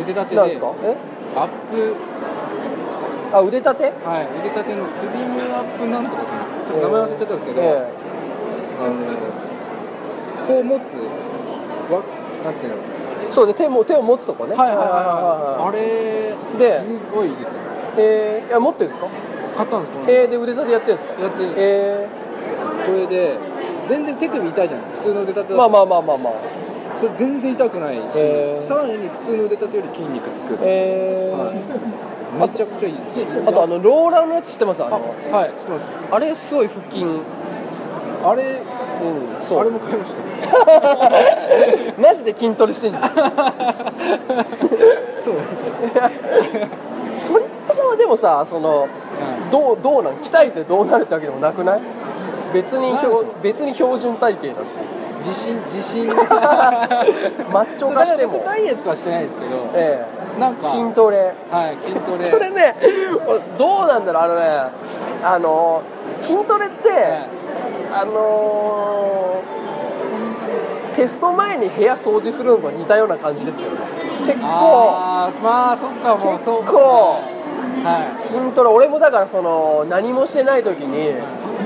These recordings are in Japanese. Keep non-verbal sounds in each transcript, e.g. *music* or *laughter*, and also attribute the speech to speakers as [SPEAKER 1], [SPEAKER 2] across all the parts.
[SPEAKER 1] 腕立てで
[SPEAKER 2] なんですかえ
[SPEAKER 1] アップ
[SPEAKER 2] あ腕立て
[SPEAKER 1] はい腕立てのスリムアップなんとかっていうちょっと名前忘れちゃったんですけど、
[SPEAKER 2] え
[SPEAKER 1] あのこう持つわなんていうの
[SPEAKER 2] えそうで手も手を持つとこね
[SPEAKER 1] あれ
[SPEAKER 2] です
[SPEAKER 1] ごいですよ
[SPEAKER 2] いはいええいや持ってるんですか
[SPEAKER 1] 買ったんですこの
[SPEAKER 2] ええで腕立てやってるんですか
[SPEAKER 1] やってる
[SPEAKER 2] え
[SPEAKER 1] これで全然手首痛いじゃないですか普通の腕立て
[SPEAKER 2] え
[SPEAKER 1] だと
[SPEAKER 2] まあまあまあまあまあ
[SPEAKER 1] それ全然痛くないし、
[SPEAKER 2] えー
[SPEAKER 1] さらに普通の腕立てより筋肉つく、
[SPEAKER 2] ええ
[SPEAKER 1] はい、めちゃくちゃいいです
[SPEAKER 2] あとあのローラーのやつ知ってますあ
[SPEAKER 1] あ
[SPEAKER 2] の
[SPEAKER 1] はい知ってます
[SPEAKER 2] あれすごい腹
[SPEAKER 1] *laughs*
[SPEAKER 2] 筋うん
[SPEAKER 1] あれ
[SPEAKER 2] そう
[SPEAKER 1] あれも買いました
[SPEAKER 2] マジで筋トレしてんじゃん
[SPEAKER 1] そうなんです、
[SPEAKER 2] 鳥塚さんはでもさその
[SPEAKER 1] は
[SPEAKER 2] どうどうなん鍛えてどうなるってわけでもなくない別に
[SPEAKER 1] ないでしょ
[SPEAKER 2] 標別に標準体型だし
[SPEAKER 1] い、自信自信
[SPEAKER 2] マッチョ化しても
[SPEAKER 1] そうだから僕ダイエットはしてないですけど
[SPEAKER 2] え
[SPEAKER 1] なん
[SPEAKER 2] え
[SPEAKER 1] か
[SPEAKER 2] 筋トレ
[SPEAKER 1] はい筋トレ
[SPEAKER 2] *laughs* それねどうなんだろうあのねあの筋トレって、
[SPEAKER 1] はい
[SPEAKER 2] あのーテスト前に部屋掃除するのと似たような感じですよね結構
[SPEAKER 1] あーまあそっかもう
[SPEAKER 2] 結構
[SPEAKER 1] そうかは
[SPEAKER 2] 筋トレ俺もだからその何もしてない時に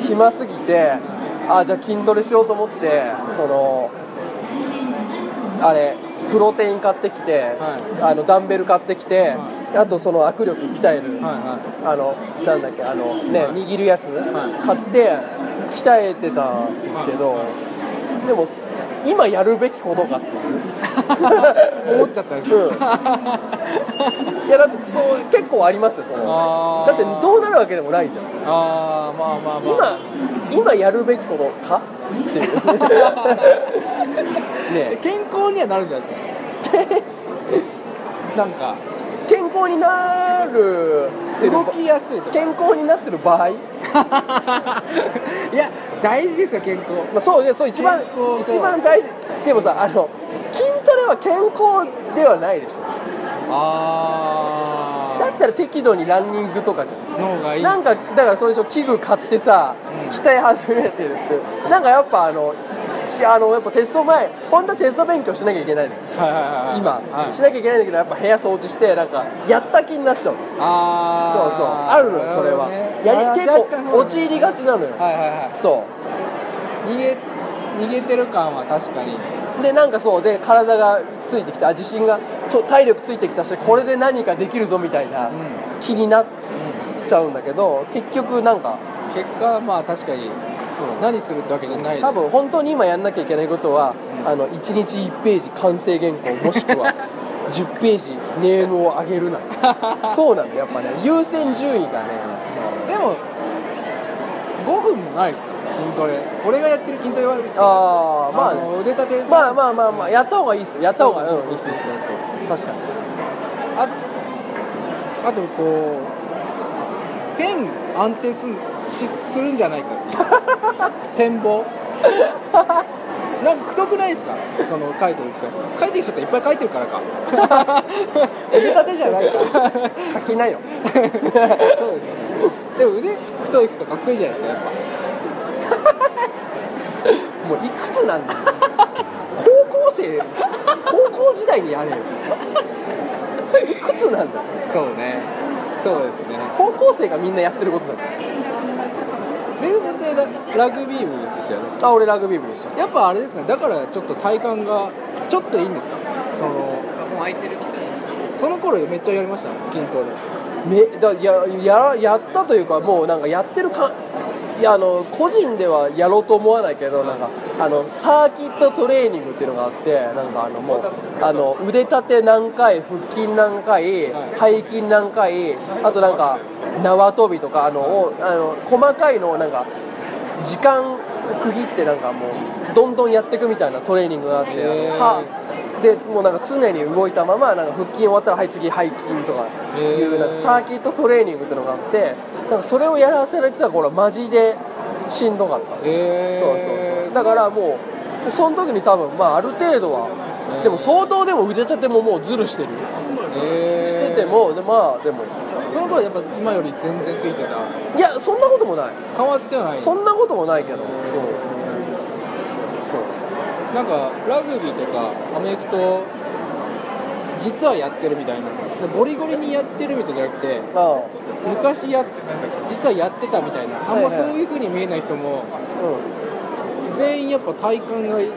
[SPEAKER 2] 暇すぎてあじゃあ筋トレしようと思ってそのあれプロテイン買ってき
[SPEAKER 1] は
[SPEAKER 2] て、
[SPEAKER 1] い
[SPEAKER 2] あのダンベル買ってきて、あとその握力鍛え
[SPEAKER 1] い
[SPEAKER 2] る、
[SPEAKER 1] は
[SPEAKER 2] あのなんだっけあのね
[SPEAKER 1] はい
[SPEAKER 2] 握るやつ
[SPEAKER 1] い
[SPEAKER 2] 買って鍛えてたんですけど
[SPEAKER 1] は
[SPEAKER 2] でも今やるべきことかっていう
[SPEAKER 1] い *laughs* はい思っちゃったんですよ、
[SPEAKER 2] うんいやだってそう結構ありますよその
[SPEAKER 1] あー
[SPEAKER 2] だってどうなるわけでもないじゃん
[SPEAKER 1] ああまあまあまあ
[SPEAKER 2] 今今やるべきことかって
[SPEAKER 1] *laughs*
[SPEAKER 2] いうねえ
[SPEAKER 1] 健康にはなるんじゃないですか *laughs* なんか
[SPEAKER 2] 健康になるってる
[SPEAKER 1] 動きやすいとか
[SPEAKER 2] 健康になってる場
[SPEAKER 1] *laughs*
[SPEAKER 2] 合、
[SPEAKER 1] いや大事ですよ健康
[SPEAKER 2] まあ、そうねそう一番
[SPEAKER 1] 健康
[SPEAKER 2] 一番大事でもさあの筋トレは健康ではないでしょ
[SPEAKER 1] あ
[SPEAKER 2] だったら適度にランニングとかじゃん
[SPEAKER 1] あ脳がいい
[SPEAKER 2] なんかだからそれでしょ器具買ってさ
[SPEAKER 1] うん
[SPEAKER 2] 鍛え始めてるってなんかやっぱあのちあのやっぱテスト前本当はテスト勉強しなきゃいけないのよ
[SPEAKER 1] はいはいはい
[SPEAKER 2] 今、
[SPEAKER 1] はい
[SPEAKER 2] しなきゃいけないんだけどやっぱ部屋掃除してなんかやった気になっちゃうの
[SPEAKER 1] あ
[SPEAKER 2] そう
[SPEAKER 1] ー
[SPEAKER 2] そうあるのよそれは、やり
[SPEAKER 1] なるほどね
[SPEAKER 2] 結
[SPEAKER 1] あー
[SPEAKER 2] 構陥りがちなのよ、
[SPEAKER 1] はいはいは
[SPEAKER 2] そ
[SPEAKER 1] い逃げ逃げてる感は確かに
[SPEAKER 2] うでなんかそうで体がついてきたあ自信がと体力ついてきたしこれで何かできるぞみたいな
[SPEAKER 1] うん、うん
[SPEAKER 2] 気になっちゃうんだけど結局なんか
[SPEAKER 1] 結果はまあ確かに何するってわけじゃないです
[SPEAKER 2] 多分本当に今やんなきゃいけないことは、あの1日1ページ完成原稿もしく
[SPEAKER 1] *laughs*
[SPEAKER 2] は10ページネームを上げるなそうなんだやっぱね優先順位がね
[SPEAKER 1] でも5分もないですから筋トレ俺がやってる筋トレはですよ
[SPEAKER 2] ああまあ
[SPEAKER 1] あの
[SPEAKER 2] ね
[SPEAKER 1] 腕立て
[SPEAKER 2] まあまあまあまあやった方がいいっすよやった方がうんいいっすいいっす
[SPEAKER 1] *laughs*
[SPEAKER 2] 確かに
[SPEAKER 1] ああとこうペン安定すんしするんじゃないか *laughs* っていう展望なんかくどくないですかその書いてる人書いてる人っていっぱい書いてる *laughs* からか腕立てじゃないか
[SPEAKER 2] *laughs* 書
[SPEAKER 1] *laughs*
[SPEAKER 2] きなよ
[SPEAKER 1] そうですよねでも腕太い人かっこいいじゃないですかやっぱ
[SPEAKER 2] もういくつなんだよ *laughs* 高校生高校時代にやれよいくつなんだよ
[SPEAKER 1] そうねそうですね
[SPEAKER 2] 高校生がみんなやってることだか
[SPEAKER 1] レイさんってララグビー部ですよね
[SPEAKER 2] らあ俺ラグビー部でした
[SPEAKER 1] やっぱあれですかねだからちょっと体感がちょっといいんですかそのその頃めっちゃやりましたね筋トレ
[SPEAKER 2] めだやややったというかもうなんかやってるかいやあの個人ではやろうと思わないけど、なんかあのサーキットトレーニングっていうのがあってなんかあのもうあの腕立て何回腹筋何回、
[SPEAKER 1] は
[SPEAKER 2] 背筋何回あとなんか縄跳びとかあのをあの細かいのをなんか時間区切ってなんかもうどんどんやっていくみたいなトレーニングがあって、
[SPEAKER 1] へー
[SPEAKER 2] はでもうなんか常に動いたままなんか腹筋終わったらはい次背筋とかい
[SPEAKER 1] へ
[SPEAKER 2] う
[SPEAKER 1] ー
[SPEAKER 2] なんかサーキットトレーニングってのがあってなんかそれをやらされてた頃はマジでしんどかった、
[SPEAKER 1] え
[SPEAKER 2] そうそうそうだからもうその時に多分まあある程度は
[SPEAKER 1] へー
[SPEAKER 2] でも相当でも腕立てももうズルしてる
[SPEAKER 1] え
[SPEAKER 2] しててもでまあでも
[SPEAKER 1] その頃やっぱ今より全然ついてた
[SPEAKER 2] いやそんなこともない
[SPEAKER 1] 変わってはない
[SPEAKER 2] そんなこともないけど、うん、そう
[SPEAKER 1] なんかラグビーとかアメフト実はやってるみたいなゴリゴリにやってるみたいじゃなくて
[SPEAKER 2] ああ
[SPEAKER 1] 昔や実はやってたみたいなあんまそういう風に見えない人も
[SPEAKER 2] うん
[SPEAKER 1] 全員やっぱ体感がいい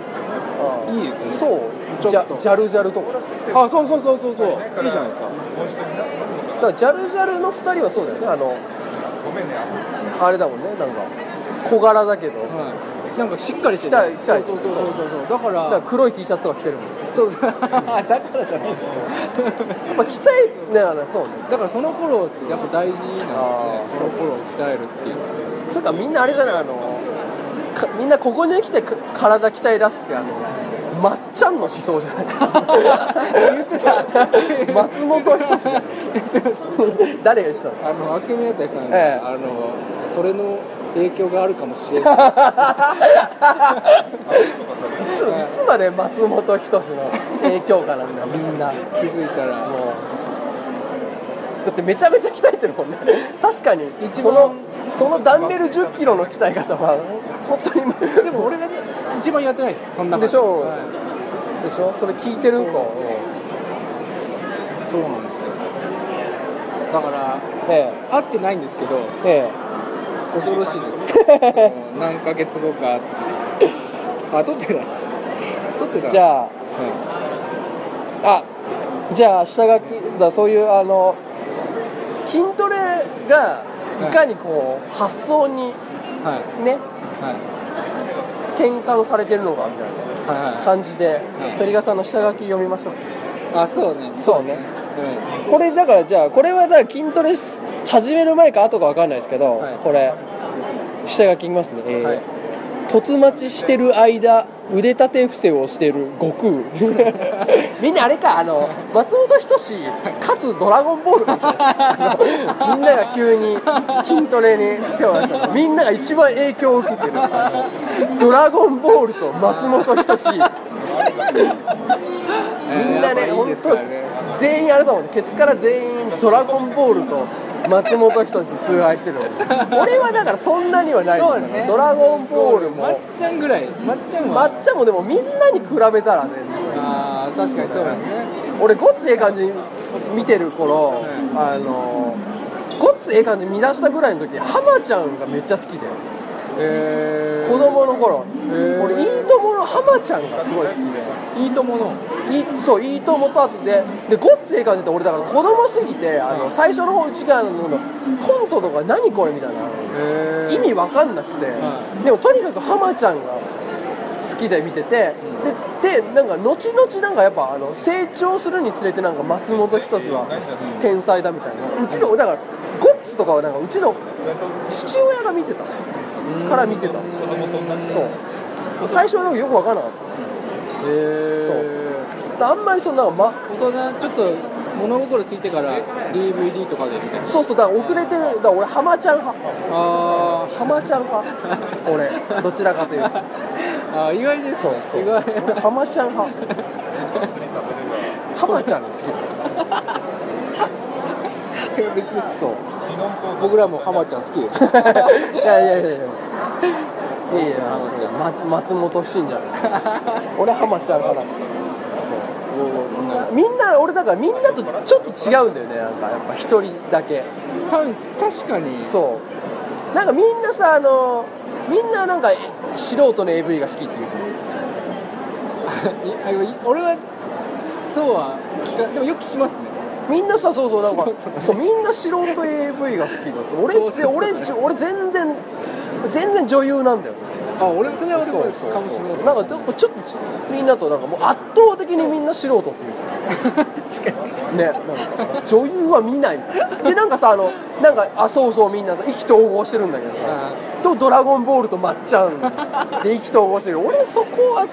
[SPEAKER 2] ああ
[SPEAKER 1] いいですよね
[SPEAKER 2] そう
[SPEAKER 1] ち
[SPEAKER 2] じ
[SPEAKER 1] ょ
[SPEAKER 2] ゃ
[SPEAKER 1] っと
[SPEAKER 2] ジャルジャルとかだ
[SPEAKER 1] あそうそうそうそうそういいじゃないですか
[SPEAKER 2] からジャルジャルの2人はそうだよねあのあれだもんねなんか小柄だけどだ
[SPEAKER 1] はいなんかしっかりして
[SPEAKER 2] したいしたい
[SPEAKER 1] そうそうそうそうそうだか
[SPEAKER 2] から
[SPEAKER 1] ら
[SPEAKER 2] 黒い T シャツとか着てるもん
[SPEAKER 1] そう *laughs* そうだからじゃないですよ
[SPEAKER 2] まあ着たいねあれそうね
[SPEAKER 1] だからその頃ってやっぱ大事なんです
[SPEAKER 2] あ
[SPEAKER 1] よね
[SPEAKER 2] ー
[SPEAKER 1] その頃を鍛えるっていう
[SPEAKER 2] そっかみんなあれじゃないあのかみんなここに来てか体鍛え出すってあのまっちゃんの思想じゃない
[SPEAKER 1] 言ってた
[SPEAKER 2] 松本人志じゃない
[SPEAKER 1] 言ってました
[SPEAKER 2] *laughs* 誰が言ってたの
[SPEAKER 1] あの悪名大さんが、
[SPEAKER 2] ええ
[SPEAKER 1] あのそれの影響があるかもしれない
[SPEAKER 2] いついつまで松本人志の影響下なんだよみんなも
[SPEAKER 1] 気づいたら
[SPEAKER 2] うだってめちゃめちゃ鍛えてるもんね確かに
[SPEAKER 1] 一番
[SPEAKER 2] そのそのダンベル1 0キロの鍛え方は本当に
[SPEAKER 1] でも俺がね一番やってないですそんな
[SPEAKER 2] でしょう
[SPEAKER 1] はい
[SPEAKER 2] でしょそれ聞いてると
[SPEAKER 1] そうなんですよだから
[SPEAKER 2] え
[SPEAKER 1] 会ってないんですけど
[SPEAKER 2] ええ
[SPEAKER 1] 恐ろしいです
[SPEAKER 2] *laughs*
[SPEAKER 1] その何ヶ月後かあ撮ってない撮ってな
[SPEAKER 2] え
[SPEAKER 1] い
[SPEAKER 2] じ
[SPEAKER 1] あ、
[SPEAKER 2] ゃあ
[SPEAKER 1] は
[SPEAKER 2] あじゃあ下書きだそういうあの筋トレがいかにこう、発想に
[SPEAKER 1] いはい
[SPEAKER 2] ね
[SPEAKER 1] はい
[SPEAKER 2] 転換されてるのかみたいな
[SPEAKER 1] はいは
[SPEAKER 2] 感じで、
[SPEAKER 1] い
[SPEAKER 2] 鳥賀さんの下書き読みましょう
[SPEAKER 1] いあそうね
[SPEAKER 2] そうね
[SPEAKER 1] う
[SPEAKER 2] これだからじゃあこれはだから筋トレし始める前か後か分かんないですけど、
[SPEAKER 1] はい
[SPEAKER 2] これ下書きいきますね、え
[SPEAKER 1] ん
[SPEAKER 2] ー
[SPEAKER 1] はい
[SPEAKER 2] 突待ちしてる間腕立て伏せをしてる悟
[SPEAKER 1] *laughs*
[SPEAKER 2] 空みんなあれかあの松本人志かつドラゴンボールかもしれないですあのみんなが急に筋トレに手を出したみんなが一番影響を受けてるドラゴンボールと松本人志
[SPEAKER 1] えー
[SPEAKER 2] みんなね
[SPEAKER 1] やっぱいい
[SPEAKER 2] 本
[SPEAKER 1] ですからね
[SPEAKER 2] 当全員あれだもんねケツから全員ドラゴンボールと松本人志崇拝してるもん俺はだからそんなにはないんだ
[SPEAKER 1] そう
[SPEAKER 2] け
[SPEAKER 1] で
[SPEAKER 2] ど
[SPEAKER 1] すね
[SPEAKER 2] ドラゴンボール
[SPEAKER 1] まっ
[SPEAKER 2] も
[SPEAKER 1] ちゃんぐらいまっちゃん
[SPEAKER 2] ま
[SPEAKER 1] は
[SPEAKER 2] っちゃんもでもみんなに比べたらね
[SPEAKER 1] ああ確かにそうですね
[SPEAKER 2] 俺ごっつええ感じに見てる頃
[SPEAKER 1] は
[SPEAKER 2] あのごっつええ感じ見出したぐらいの時浜ちゃんがめっちゃ好きで
[SPEAKER 1] え
[SPEAKER 2] 子供の頃
[SPEAKER 1] ー
[SPEAKER 2] 俺いいともの浜ちゃんがすごい好きで
[SPEAKER 1] いいともの
[SPEAKER 2] いそういいともと後ででごっつええ感じって俺だから子供すぎてあの最初の方内側のコントとか何これみたいな
[SPEAKER 1] へー
[SPEAKER 2] 意味わかんなくて、
[SPEAKER 1] は
[SPEAKER 2] でもとにかく浜ちゃんが好きで見てて、ででなんか後々なんかやっぱあの成長するにつれてなんか松本人志は天才だみたいなうちのだからゴッツとかはなんかうちの父親が見てたから見てたそう最初はなんかよくわからなかっ
[SPEAKER 1] へえ
[SPEAKER 2] たあんまりそのなんか、ま、
[SPEAKER 1] 大人ちょっと物心ついてから DVD とかで見たいな
[SPEAKER 2] そうそうだから遅れてるだから俺ハマちゃん派
[SPEAKER 1] あ
[SPEAKER 2] ハマちゃん派俺どちらかというと
[SPEAKER 1] ー *laughs* あー意外です
[SPEAKER 2] そうそう
[SPEAKER 1] 意
[SPEAKER 2] 俺
[SPEAKER 1] 外
[SPEAKER 2] ハマちゃん派ハマちゃんが
[SPEAKER 1] *laughs*
[SPEAKER 2] 好きだ
[SPEAKER 1] 別に
[SPEAKER 2] そう
[SPEAKER 1] 僕らもハマちゃん好きです
[SPEAKER 2] *laughs* いやいやいやいやいやいや
[SPEAKER 1] ハマちゃん
[SPEAKER 2] ま、松本信者俺ハマちゃん派だ
[SPEAKER 1] *laughs* おーな
[SPEAKER 2] みんな俺だからみんなとちょっと違うんだよねなんかやっぱ一人だけ
[SPEAKER 1] た確かに
[SPEAKER 2] そうなんかみんなさあのみんななんか素人の AV が好きっていう
[SPEAKER 1] いあい俺はそそうは聞かでもよく聞きますね
[SPEAKER 2] みんなさそうそうなん
[SPEAKER 1] 素人
[SPEAKER 2] かそうみんな素人 AV が好きだ
[SPEAKER 1] *laughs*
[SPEAKER 2] って俺
[SPEAKER 1] そうそうそう
[SPEAKER 2] 俺じ俺全然全然女優なんだよ
[SPEAKER 1] あ俺それは俺も
[SPEAKER 2] そう
[SPEAKER 1] です
[SPEAKER 2] そう
[SPEAKER 1] かもしれ
[SPEAKER 2] そ
[SPEAKER 1] な
[SPEAKER 2] う
[SPEAKER 1] い
[SPEAKER 2] なんかちょっとちょっとちみんなとなんかもう圧倒的にみんな素人っていう
[SPEAKER 1] 確かに
[SPEAKER 2] ねなんか女優は見ないでなんかさあのなんかあそうそうみんなさ意気投合してるんだけどさ
[SPEAKER 1] あ
[SPEAKER 2] とドラゴンボールとまっち
[SPEAKER 1] *laughs*
[SPEAKER 2] ゃんで意気投合してる俺そこは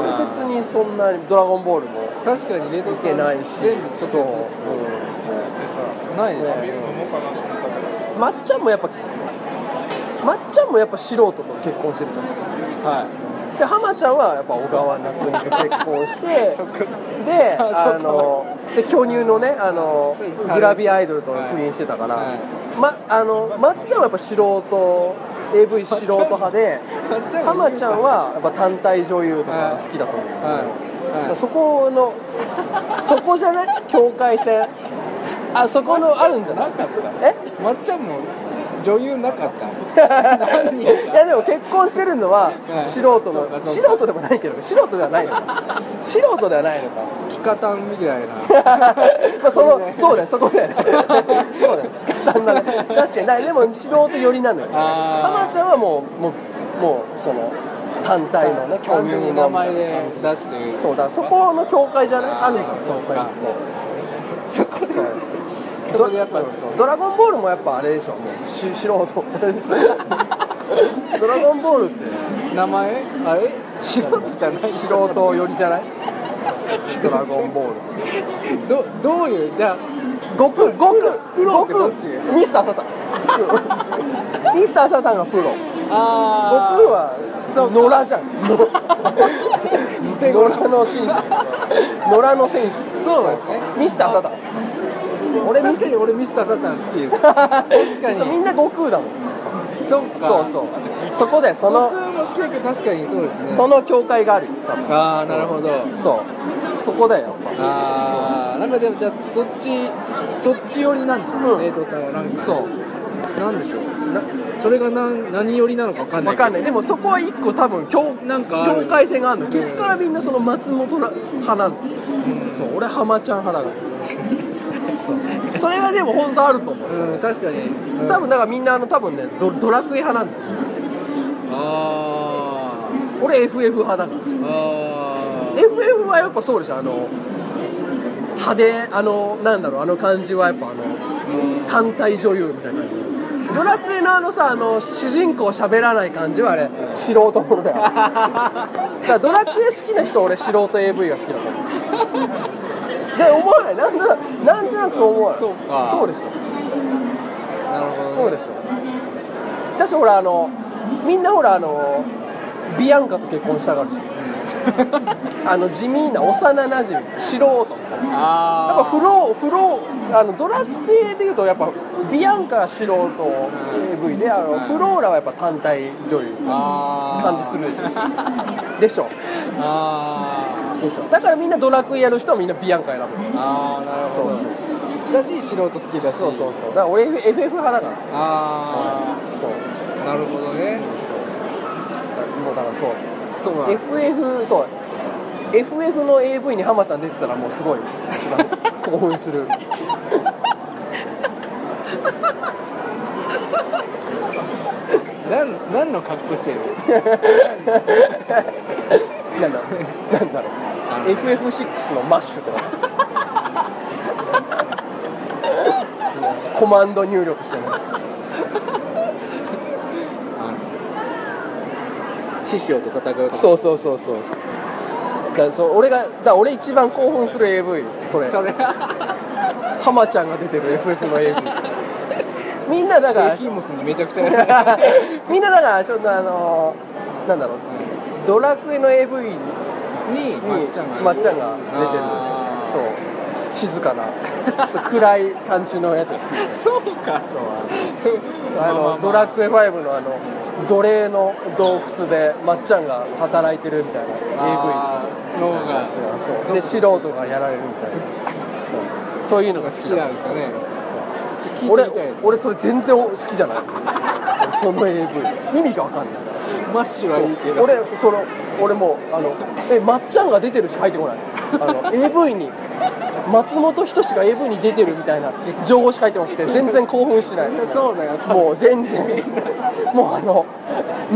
[SPEAKER 2] 俺別にそんなにドラゴンボールも
[SPEAKER 1] ー確かに冷凍
[SPEAKER 2] 見てないし
[SPEAKER 1] 全部ちょっと
[SPEAKER 2] そう、
[SPEAKER 1] や
[SPEAKER 2] うん
[SPEAKER 1] つないですね
[SPEAKER 2] まっちゃんもやっぱまっちゃんもやっぱ素人と結婚してるじゃん
[SPEAKER 1] は
[SPEAKER 2] で浜ちゃんはやっぱ小川夏美と結婚し
[SPEAKER 1] い
[SPEAKER 2] て
[SPEAKER 1] *laughs* そこ
[SPEAKER 2] で
[SPEAKER 1] あ
[SPEAKER 2] あので巨乳のねあのグラビアアイドルと不倫してたから、
[SPEAKER 1] はい
[SPEAKER 2] まあのまっちゃんはやっぱ素人 AV 素人派で
[SPEAKER 1] *laughs* まっちゃん
[SPEAKER 2] 浜ちゃんはやっぱ単体女優とかが好きだと思う、
[SPEAKER 1] ははい
[SPEAKER 2] そこの *laughs* そこじゃない境界線あそこのあるんじゃない
[SPEAKER 1] なかった
[SPEAKER 2] え
[SPEAKER 1] まっちゃんも女優なかった
[SPEAKER 2] *laughs* いやでも結婚してるのは
[SPEAKER 1] はい
[SPEAKER 2] 素人
[SPEAKER 1] そうか
[SPEAKER 2] の
[SPEAKER 1] そう
[SPEAKER 2] 素
[SPEAKER 1] か
[SPEAKER 2] 人でもないけど素人ではないの
[SPEAKER 1] *laughs*
[SPEAKER 2] か素人ではないのか
[SPEAKER 1] キカタンみたいな
[SPEAKER 2] まあそ
[SPEAKER 1] そうね
[SPEAKER 2] のそうだよそこだよねそうだよ聞かたんだね確かにないでも素人寄りなのよね
[SPEAKER 1] あー
[SPEAKER 2] かまちゃんはもうもうもうその単体のね
[SPEAKER 1] 完全に名前
[SPEAKER 2] みたい
[SPEAKER 1] で
[SPEAKER 2] な
[SPEAKER 1] 出して
[SPEAKER 2] そうだそこの境界じゃないあるんじゃない
[SPEAKER 1] そうかそこで
[SPEAKER 2] *laughs* そう
[SPEAKER 1] そこでやっぱ
[SPEAKER 2] ドそうドラゴンボールもやっぱあれでしょもうし
[SPEAKER 1] *laughs*
[SPEAKER 2] 素人ドラゴンボールって
[SPEAKER 1] 名前あれ素人じゃない
[SPEAKER 2] 素人寄りじ
[SPEAKER 1] *laughs*
[SPEAKER 2] ゃないドラゴンボール
[SPEAKER 1] どどういうじゃ
[SPEAKER 2] 悟空悟空
[SPEAKER 1] プロってどっ
[SPEAKER 2] 悟
[SPEAKER 1] ち
[SPEAKER 2] 空ミスターサタンミスターサタンがプロ
[SPEAKER 1] ああ
[SPEAKER 2] 僕は野良じゃん
[SPEAKER 1] *laughs* 捨て頃
[SPEAKER 2] 野良の紳士野良の戦士
[SPEAKER 1] そうなんですね
[SPEAKER 2] ミスターサタン
[SPEAKER 1] 俺確かに俺ミスターサタン好きです確か
[SPEAKER 2] そうみ
[SPEAKER 1] に
[SPEAKER 2] んな悟空だもん
[SPEAKER 1] そっか
[SPEAKER 2] そうそうそこでそ
[SPEAKER 1] 僕
[SPEAKER 2] の
[SPEAKER 1] も好きだけど確かにそうですね
[SPEAKER 2] その境界があるよ多分
[SPEAKER 1] ああなるほど
[SPEAKER 2] そうそこだよ
[SPEAKER 1] ああなんかでもじゃあそっちそっち寄りなんですよ
[SPEAKER 2] うん
[SPEAKER 1] 冷凍さんはなんか
[SPEAKER 2] そう
[SPEAKER 1] なんでしょうなそれが何何寄りなのか分かんないけ
[SPEAKER 2] わ
[SPEAKER 1] ど
[SPEAKER 2] かんないでもそこは一個多分境
[SPEAKER 1] なんかある
[SPEAKER 2] 境界線があるの
[SPEAKER 1] ん
[SPEAKER 2] ケツからみんなその松本な派なの
[SPEAKER 1] うん
[SPEAKER 2] そう俺ハマちゃん派だから
[SPEAKER 1] *laughs*
[SPEAKER 2] そうそれはでも本当あると思う
[SPEAKER 1] うん確かに、うん
[SPEAKER 2] 多分だからみんなあの多分ねドドラクエ派なんだよ
[SPEAKER 1] あー
[SPEAKER 2] 俺 FF 派だから
[SPEAKER 1] あー
[SPEAKER 2] FF はやっぱそうでしょあの派手あのなんだろうあの感じはやっぱあの
[SPEAKER 1] うん
[SPEAKER 2] 単体女優みたいな感じドラクエのあのさあの主人公喋らない感じはあれ素人もの
[SPEAKER 1] *laughs*
[SPEAKER 2] だよだからドラクエ好きな人は俺素人 AV が好きだと思うで思わないなんとなくなんとなくそう思わない
[SPEAKER 1] そうか
[SPEAKER 2] そうでしょ
[SPEAKER 1] なるほど、ね、
[SPEAKER 2] そうでしょ私ほらあのみんなほらあのビアンカと結婚し
[SPEAKER 1] *laughs*
[SPEAKER 2] たがるじゃんあの地味な幼なじみ素人やっぱ
[SPEAKER 1] あ
[SPEAKER 2] フローフローあのドラクエでいうとやっぱビアンカは素人 AV であのフローラはやっぱ単体女優
[SPEAKER 1] あ
[SPEAKER 2] 感じするでしょ
[SPEAKER 1] あ
[SPEAKER 2] でしょだからみんなドラクエやる人はみんなビアンカ選ぶ
[SPEAKER 1] ーあーなるほど
[SPEAKER 2] そう
[SPEAKER 1] だし素人好きだし
[SPEAKER 2] そうそうそうだから俺 FF 派だから
[SPEAKER 1] あ
[SPEAKER 2] そう
[SPEAKER 1] あなるほどね
[SPEAKER 2] もうだからそう
[SPEAKER 1] そうなんです
[SPEAKER 2] FF そう FF の AV にハマちゃん出てたらもうすご *laughs* い一番興奮する
[SPEAKER 1] なん何の格好してる
[SPEAKER 2] なんだろうなんだろ
[SPEAKER 1] あの
[SPEAKER 2] う FF6 のマッシュとかコマンド入力してね
[SPEAKER 1] 師匠と戦うと
[SPEAKER 2] そうそうそうそうだからそう俺がだから俺一番興奮する AV それ
[SPEAKER 1] それ
[SPEAKER 2] ハマちゃんが出てる FF の AV みんなだから
[SPEAKER 1] エヒモスにめちゃくちゃ
[SPEAKER 2] *laughs* みんなだからちょっとあのなんだろうドラクエの AV に
[SPEAKER 1] に
[SPEAKER 2] *laughs* に
[SPEAKER 1] まっちゃんが
[SPEAKER 2] まっちゃんが
[SPEAKER 1] あー
[SPEAKER 2] 出てるんですよそう静かなちょっと暗い感じのやつが好きです
[SPEAKER 1] そうか
[SPEAKER 2] そう
[SPEAKER 1] そう
[SPEAKER 2] あのドラクエ5のあの奴隷の洞窟でまっちゃんが働いてるみたいな AV
[SPEAKER 1] エの方
[SPEAKER 2] のや
[SPEAKER 1] が
[SPEAKER 2] つがそうで素人がやられるみたいなそうそういうのが好
[SPEAKER 1] 好
[SPEAKER 2] き
[SPEAKER 1] き
[SPEAKER 2] だ
[SPEAKER 1] なんですかね
[SPEAKER 2] そう
[SPEAKER 1] 聞いてみ
[SPEAKER 2] 俺
[SPEAKER 1] たいです
[SPEAKER 2] 俺それ全然好きじゃないその AV 意味が分かんない
[SPEAKER 1] マッシュはいいけ
[SPEAKER 2] そう
[SPEAKER 1] ど
[SPEAKER 2] 俺その俺もうあのえまっちゃんが出てるし入ってこないあ
[SPEAKER 1] *laughs*
[SPEAKER 2] の AV に松本人志が AV に出てるみたいな情報しか入ってこなくて全然興奮しない
[SPEAKER 1] そうだよ
[SPEAKER 2] もう全然もうあの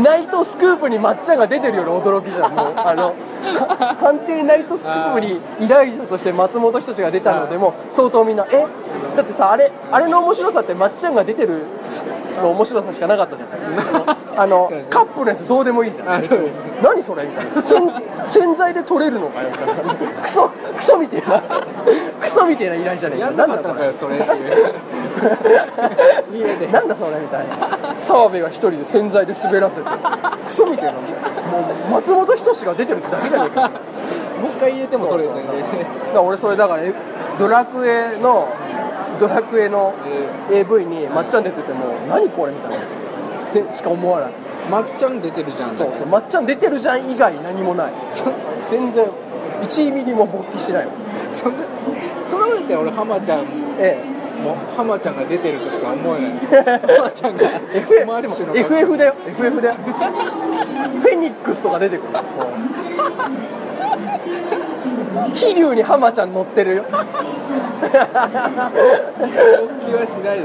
[SPEAKER 2] ナイトスクープにまっちゃんが出てるより驚きじゃんもうあのか探偵ナイトスクープに依頼者として松本人志が出たのでも相当みんなえだってさあれあれの面白さってまっちゃんが出てるの面白さしかなかったじ
[SPEAKER 1] *laughs*
[SPEAKER 2] ゃんあのカップのやつどうでもいいじゃん
[SPEAKER 1] あそうです
[SPEAKER 2] 何それみたいな洗洗剤で取れるのかよみたいなクソクソみたいなクソみたいな依頼じゃねえ
[SPEAKER 1] やんなかったのかよそれっていう
[SPEAKER 2] *laughs*
[SPEAKER 1] 家で
[SPEAKER 2] なんだそれみたいな澤部が一人で洗剤で滑らせてクソみたいなもう松本人志が出てるってだけじゃねえか
[SPEAKER 1] もう一回入れても取れて
[SPEAKER 2] そう
[SPEAKER 1] ね
[SPEAKER 2] そうだから俺それだからえドラクエのドラクエの
[SPEAKER 1] え
[SPEAKER 2] AV にまっちゃん出てても何これみたいなぜしか思わない
[SPEAKER 1] まっちゃん出てるじゃん
[SPEAKER 2] そうそうまっちゃん出てるじゃん以外何もない全然1ミリも勃起しないもん
[SPEAKER 1] そんなそんなこと言ったら俺浜ちゃん
[SPEAKER 2] ええ
[SPEAKER 1] も浜ちゃんが出てるとしか思え
[SPEAKER 2] *laughs*
[SPEAKER 1] ない浜ちゃ *laughs* んが
[SPEAKER 2] FF,
[SPEAKER 1] マッ
[SPEAKER 2] でも
[SPEAKER 1] シュの
[SPEAKER 2] FF だよ FF だよフェニックスとか出てくる桐生に浜ちゃん乗ってるよ
[SPEAKER 1] 勃起はしない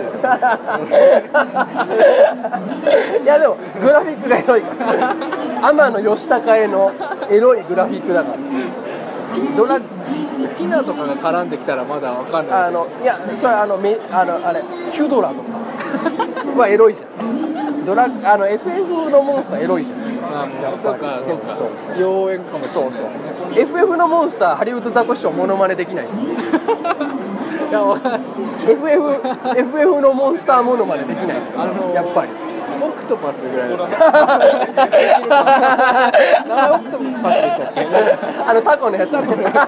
[SPEAKER 1] で
[SPEAKER 2] いやでもグラフィックがエロいから天野義高へのエロいグラフィックだか
[SPEAKER 1] しょドラティナとかが絡んできたらまだわかん
[SPEAKER 2] ら
[SPEAKER 1] な
[SPEAKER 2] あ
[SPEAKER 1] い
[SPEAKER 2] のいやそれあのめあのあれヒュドラとかはエロいじゃんドラあの FF のモンスターエロいじゃん
[SPEAKER 1] まあもうそっかそっか
[SPEAKER 2] そう
[SPEAKER 1] 妖艶かもしれ
[SPEAKER 2] そ
[SPEAKER 1] ないう
[SPEAKER 2] そう FF のモンスターハリウッドザコシショウモノマネできないじゃん
[SPEAKER 1] いやわかんない
[SPEAKER 2] FF, FF のモンスターモノマネできないじゃん、
[SPEAKER 1] あのー
[SPEAKER 2] やっぱり
[SPEAKER 1] オクトパスぐらいだ名前オクトパスでしたっけ
[SPEAKER 2] あのタコのやつ
[SPEAKER 1] タコのやつあ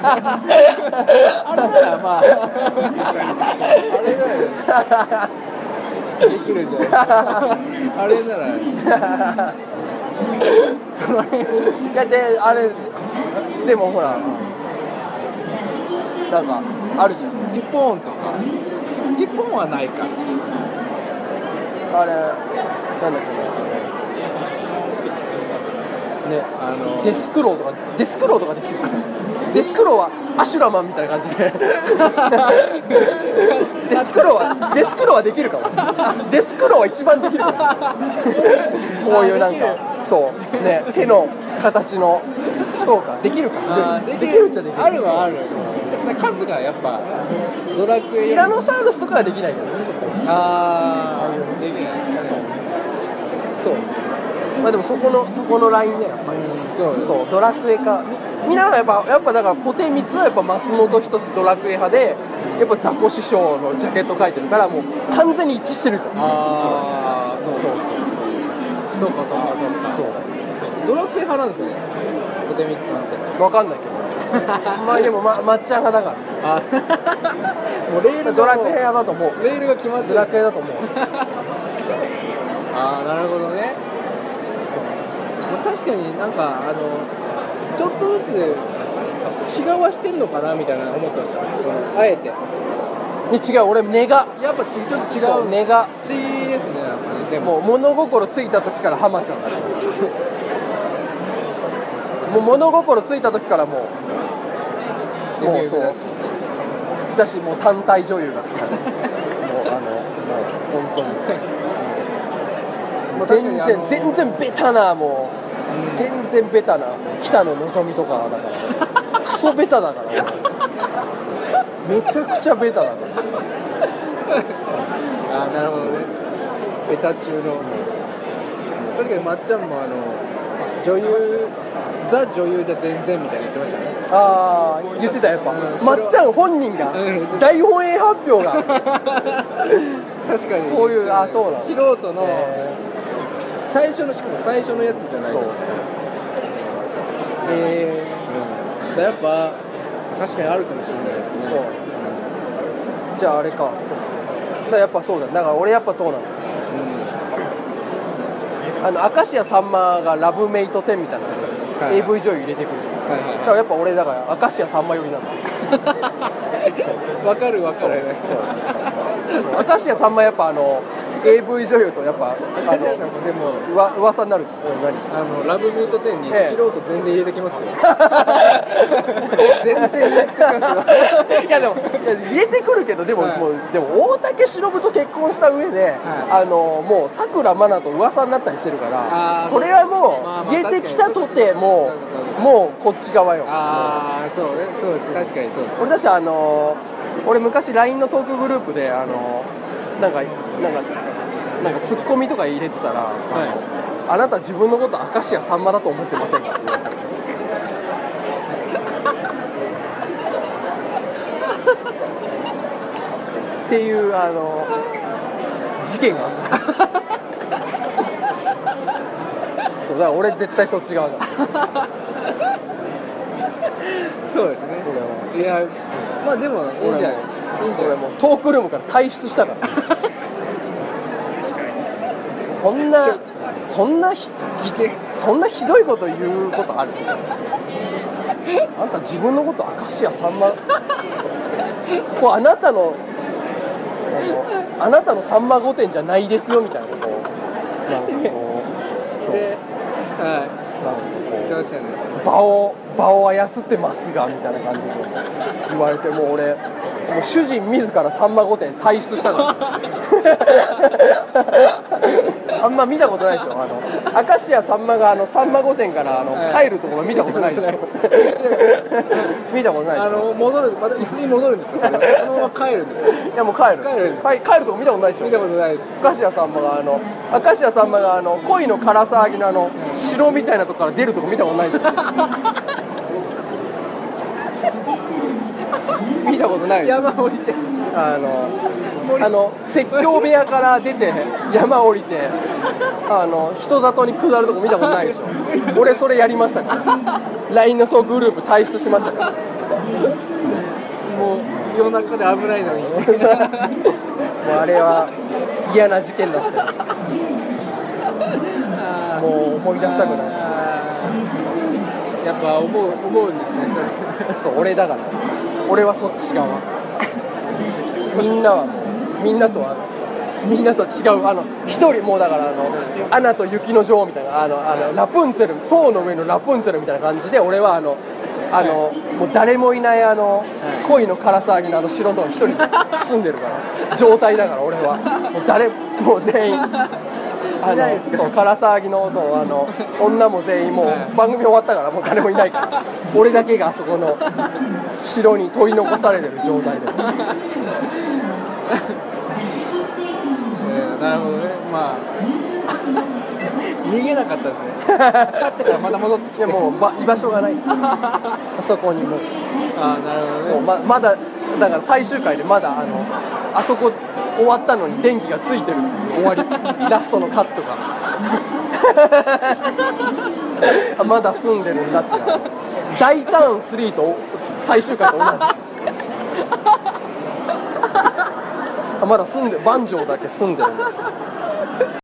[SPEAKER 1] れならまああれならできるんじゃないですかあれならその辺
[SPEAKER 2] いやであれでもほらなんかあるじゃん
[SPEAKER 1] ティポーンとかティポーンはないか
[SPEAKER 2] あれなんだっ
[SPEAKER 1] ねあの
[SPEAKER 2] けなデスクローとかデスクローとかできるデスクローはアシュラマンみたいな感
[SPEAKER 1] *laughs*
[SPEAKER 2] じでデスクローはデスクローはできるかもデスクローは一番できるかもこういうなん
[SPEAKER 1] あ
[SPEAKER 2] かそうね手の形のそうかできるか
[SPEAKER 1] あー
[SPEAKER 2] できるっちゃできる
[SPEAKER 1] あるはあるだから数がやっぱドラクエよ
[SPEAKER 2] テ
[SPEAKER 1] り
[SPEAKER 2] ィラノサウルスとかはできないけどねちょっと
[SPEAKER 1] あ
[SPEAKER 2] あいうの
[SPEAKER 1] あできない
[SPEAKER 2] そうまあでもそこのそこのラインねやっぱり
[SPEAKER 1] うんそうです
[SPEAKER 2] そうドラクエかみみんながやっぱやっぱだからポテミツはやっぱ松本人志ドラクエ派でやっぱザコ師匠のジャケット描いてるからもう完全に一致してるじゃん
[SPEAKER 1] ああそう
[SPEAKER 2] そう
[SPEAKER 1] そうそうかそうか
[SPEAKER 2] そ
[SPEAKER 1] そう
[SPEAKER 2] う
[SPEAKER 1] かドラクエ派なんですかね小手光さんって
[SPEAKER 2] 分かんない
[SPEAKER 1] *laughs*
[SPEAKER 2] けどまあでもままっちゃん派だか *laughs*
[SPEAKER 1] あもうレー
[SPEAKER 2] ら
[SPEAKER 1] ル
[SPEAKER 2] ド
[SPEAKER 1] が
[SPEAKER 2] ラ
[SPEAKER 1] も
[SPEAKER 2] ク
[SPEAKER 1] う
[SPEAKER 2] エ派だと思う
[SPEAKER 1] レールが決まって
[SPEAKER 2] ドラクエだ
[SPEAKER 1] *laughs*
[SPEAKER 2] と思う
[SPEAKER 1] ああなるほどねそうまあ確かになんかあのちょっとずつ違わしてんのかなみたいな思ったんですよそのあえて
[SPEAKER 2] ね違う俺根が
[SPEAKER 1] やっぱちょっと違
[SPEAKER 2] そう
[SPEAKER 1] う
[SPEAKER 2] 根が
[SPEAKER 1] 不思議ですねやっぱねでも
[SPEAKER 2] もう物心ついた時からハマちゃんだね
[SPEAKER 1] *laughs*
[SPEAKER 2] もう物心ついた時からもうもう
[SPEAKER 1] デビュー
[SPEAKER 2] そ
[SPEAKER 1] 日だ
[SPEAKER 2] う
[SPEAKER 1] し
[SPEAKER 2] だしもう単体女優が好きだねもうあのもう本当に
[SPEAKER 1] まあ確か
[SPEAKER 2] 全
[SPEAKER 1] にあ
[SPEAKER 2] 然
[SPEAKER 1] の
[SPEAKER 2] 全然ベタなもう、
[SPEAKER 1] うん
[SPEAKER 2] 全然ベタな北野のぞみとかだからクソベタだからめちゃくちゃベタだから
[SPEAKER 1] あーなるほどねベタ中の確かにまっちゃんもあの女優ザ女優じゃ全然みたいな言ってま
[SPEAKER 2] *laughs*
[SPEAKER 1] したね
[SPEAKER 2] ああ言ってたやっぱ、
[SPEAKER 1] うん
[SPEAKER 2] まっちゃん本人が、
[SPEAKER 1] うん
[SPEAKER 2] 大本営発
[SPEAKER 1] *laughs*
[SPEAKER 2] 表が
[SPEAKER 1] 確かに
[SPEAKER 2] そういうあそうなの
[SPEAKER 1] 素人の、
[SPEAKER 2] え
[SPEAKER 1] 最初のしかも最初のやつじゃない
[SPEAKER 2] そう
[SPEAKER 1] えーうん、やっぱ確かにあるかもしれないですね
[SPEAKER 2] そうじゃああれかそうだからやっぱそうだだから俺やっぱそうなの
[SPEAKER 1] う
[SPEAKER 2] あの明石家さんまがラブメイト10みたいな、
[SPEAKER 1] はい
[SPEAKER 2] AV 女優入れてくるじゃん
[SPEAKER 1] んはいはい
[SPEAKER 2] だか
[SPEAKER 1] は
[SPEAKER 2] らやっぱ俺だから明石家さんま寄
[SPEAKER 1] *laughs*
[SPEAKER 2] りなんだ
[SPEAKER 1] いわかるわかる *laughs*
[SPEAKER 2] そう明石家さんまやっぱあの AV 女優とやっぱあ
[SPEAKER 1] あの
[SPEAKER 2] の
[SPEAKER 1] でも
[SPEAKER 2] うわ噂になるじゃん *laughs*
[SPEAKER 1] あのラブミート10に
[SPEAKER 2] ええ
[SPEAKER 1] 素人全然入れてきますよ、全然入れてきますよ
[SPEAKER 2] いやでもいや入れてくるけどでも,、
[SPEAKER 1] はい
[SPEAKER 2] もうでも大竹しのぶと結婚した上で、
[SPEAKER 1] は
[SPEAKER 2] あのもうさくらまなと噂になったりしてるから
[SPEAKER 1] あー
[SPEAKER 2] それはもう、
[SPEAKER 1] まあまあ
[SPEAKER 2] 入れてきたとて
[SPEAKER 1] 確かに
[SPEAKER 2] も
[SPEAKER 1] そうそう
[SPEAKER 2] うもうこっち側よ
[SPEAKER 1] ああそうねそうです確かにそうです
[SPEAKER 2] 俺だしあの俺昔 LINE のトークグループであのなんかなんかなんかツッコミとか入れてたら、あのあなた自分のこと明石家さんまだと思ってませんかって言われたっていうあの事件があったそうだから俺絶対そっち側だ
[SPEAKER 1] そうですね
[SPEAKER 2] 俺はい
[SPEAKER 1] やまあでもいいんじゃないいいんじゃな
[SPEAKER 2] 俺
[SPEAKER 1] い
[SPEAKER 2] もうトークルームから退出したからこんなそんなひ
[SPEAKER 1] 来て
[SPEAKER 2] そんなひどいこと言うことあるあんた自分のこと明石家さんまここあなたのあのあなたのさんま御殿じゃないですよみたいなこうなんかこうそう
[SPEAKER 1] で、は
[SPEAKER 2] なん
[SPEAKER 1] い、
[SPEAKER 2] か
[SPEAKER 1] 言ってま
[SPEAKER 2] こう
[SPEAKER 1] したよね。
[SPEAKER 2] 場を場を操ってますがみたいな感じで言われてもう俺もう主人自ら「さんま御殿」退出したの *laughs* あんま見たことないでしょあの明石家さんまがあの「さんま御殿」からあの
[SPEAKER 1] はい
[SPEAKER 2] 帰るところ見たことないで
[SPEAKER 1] *laughs*
[SPEAKER 2] しょ見たことないでし
[SPEAKER 1] あ
[SPEAKER 2] ょ
[SPEAKER 1] の戻るまた椅子に戻るんですかそれはそのまま帰るんですか
[SPEAKER 2] いやもう帰る
[SPEAKER 1] 帰る
[SPEAKER 2] 帰帰るとこ見たことないでしょ
[SPEAKER 1] 見たことないです
[SPEAKER 2] 明石家さんまがあの明石家さんまがあの恋の唐沢揚げのあの城みたいなとこから出るとこ見たことないで
[SPEAKER 1] *laughs*
[SPEAKER 2] しょ見たことないでしょ
[SPEAKER 1] 山降りて
[SPEAKER 2] あのあの説教部屋から出て山降りてあの人里に下るとこ見たことないでしょ俺それやりましたから LINE のトークグループ退出しましたから
[SPEAKER 1] もう夜中で危ないのに
[SPEAKER 2] もうあれは嫌な事件だったよ
[SPEAKER 1] あー
[SPEAKER 2] もう思い出したくない
[SPEAKER 1] あーやっぱ思う思うんですね *laughs* それ
[SPEAKER 2] *laughs* そう俺だから俺はそっち側みんなはもうみんなとはみんなと違うあの一人もうだからあの「アナと雪の女王」みたいなあのあのラプンツェル塔の上のラプンツェルみたいな感じで俺はあのあの、もう誰もいないあの、恋の唐騒ぎのあの城と一人で住んでるから状態だから俺はもう誰もう全員あ
[SPEAKER 1] いないです
[SPEAKER 2] のそう唐騒ぎのそうあの女も全員も
[SPEAKER 1] は
[SPEAKER 2] う番組終わったからもう誰もいな
[SPEAKER 1] *laughs*
[SPEAKER 2] いから俺だけがあそこの城に取り残されてる状態で
[SPEAKER 1] えーなるほどねまあ逃げなかったですね去ってからまた戻ってき
[SPEAKER 2] で
[SPEAKER 1] て
[SPEAKER 2] もうば居場所
[SPEAKER 1] *laughs*
[SPEAKER 2] がない
[SPEAKER 1] あ
[SPEAKER 2] あそこにもう
[SPEAKER 1] あなるほ
[SPEAKER 2] も
[SPEAKER 1] ど
[SPEAKER 2] う
[SPEAKER 1] ね
[SPEAKER 2] ままだだから最終回でまだあのあそこ終わったのに電気がついてるっていう終わりラストのカットが *laughs* あまだ住んでるんだっていうあの大ターン3と最終回と同じあまだ住んでバンジョーだけ住んでるんだ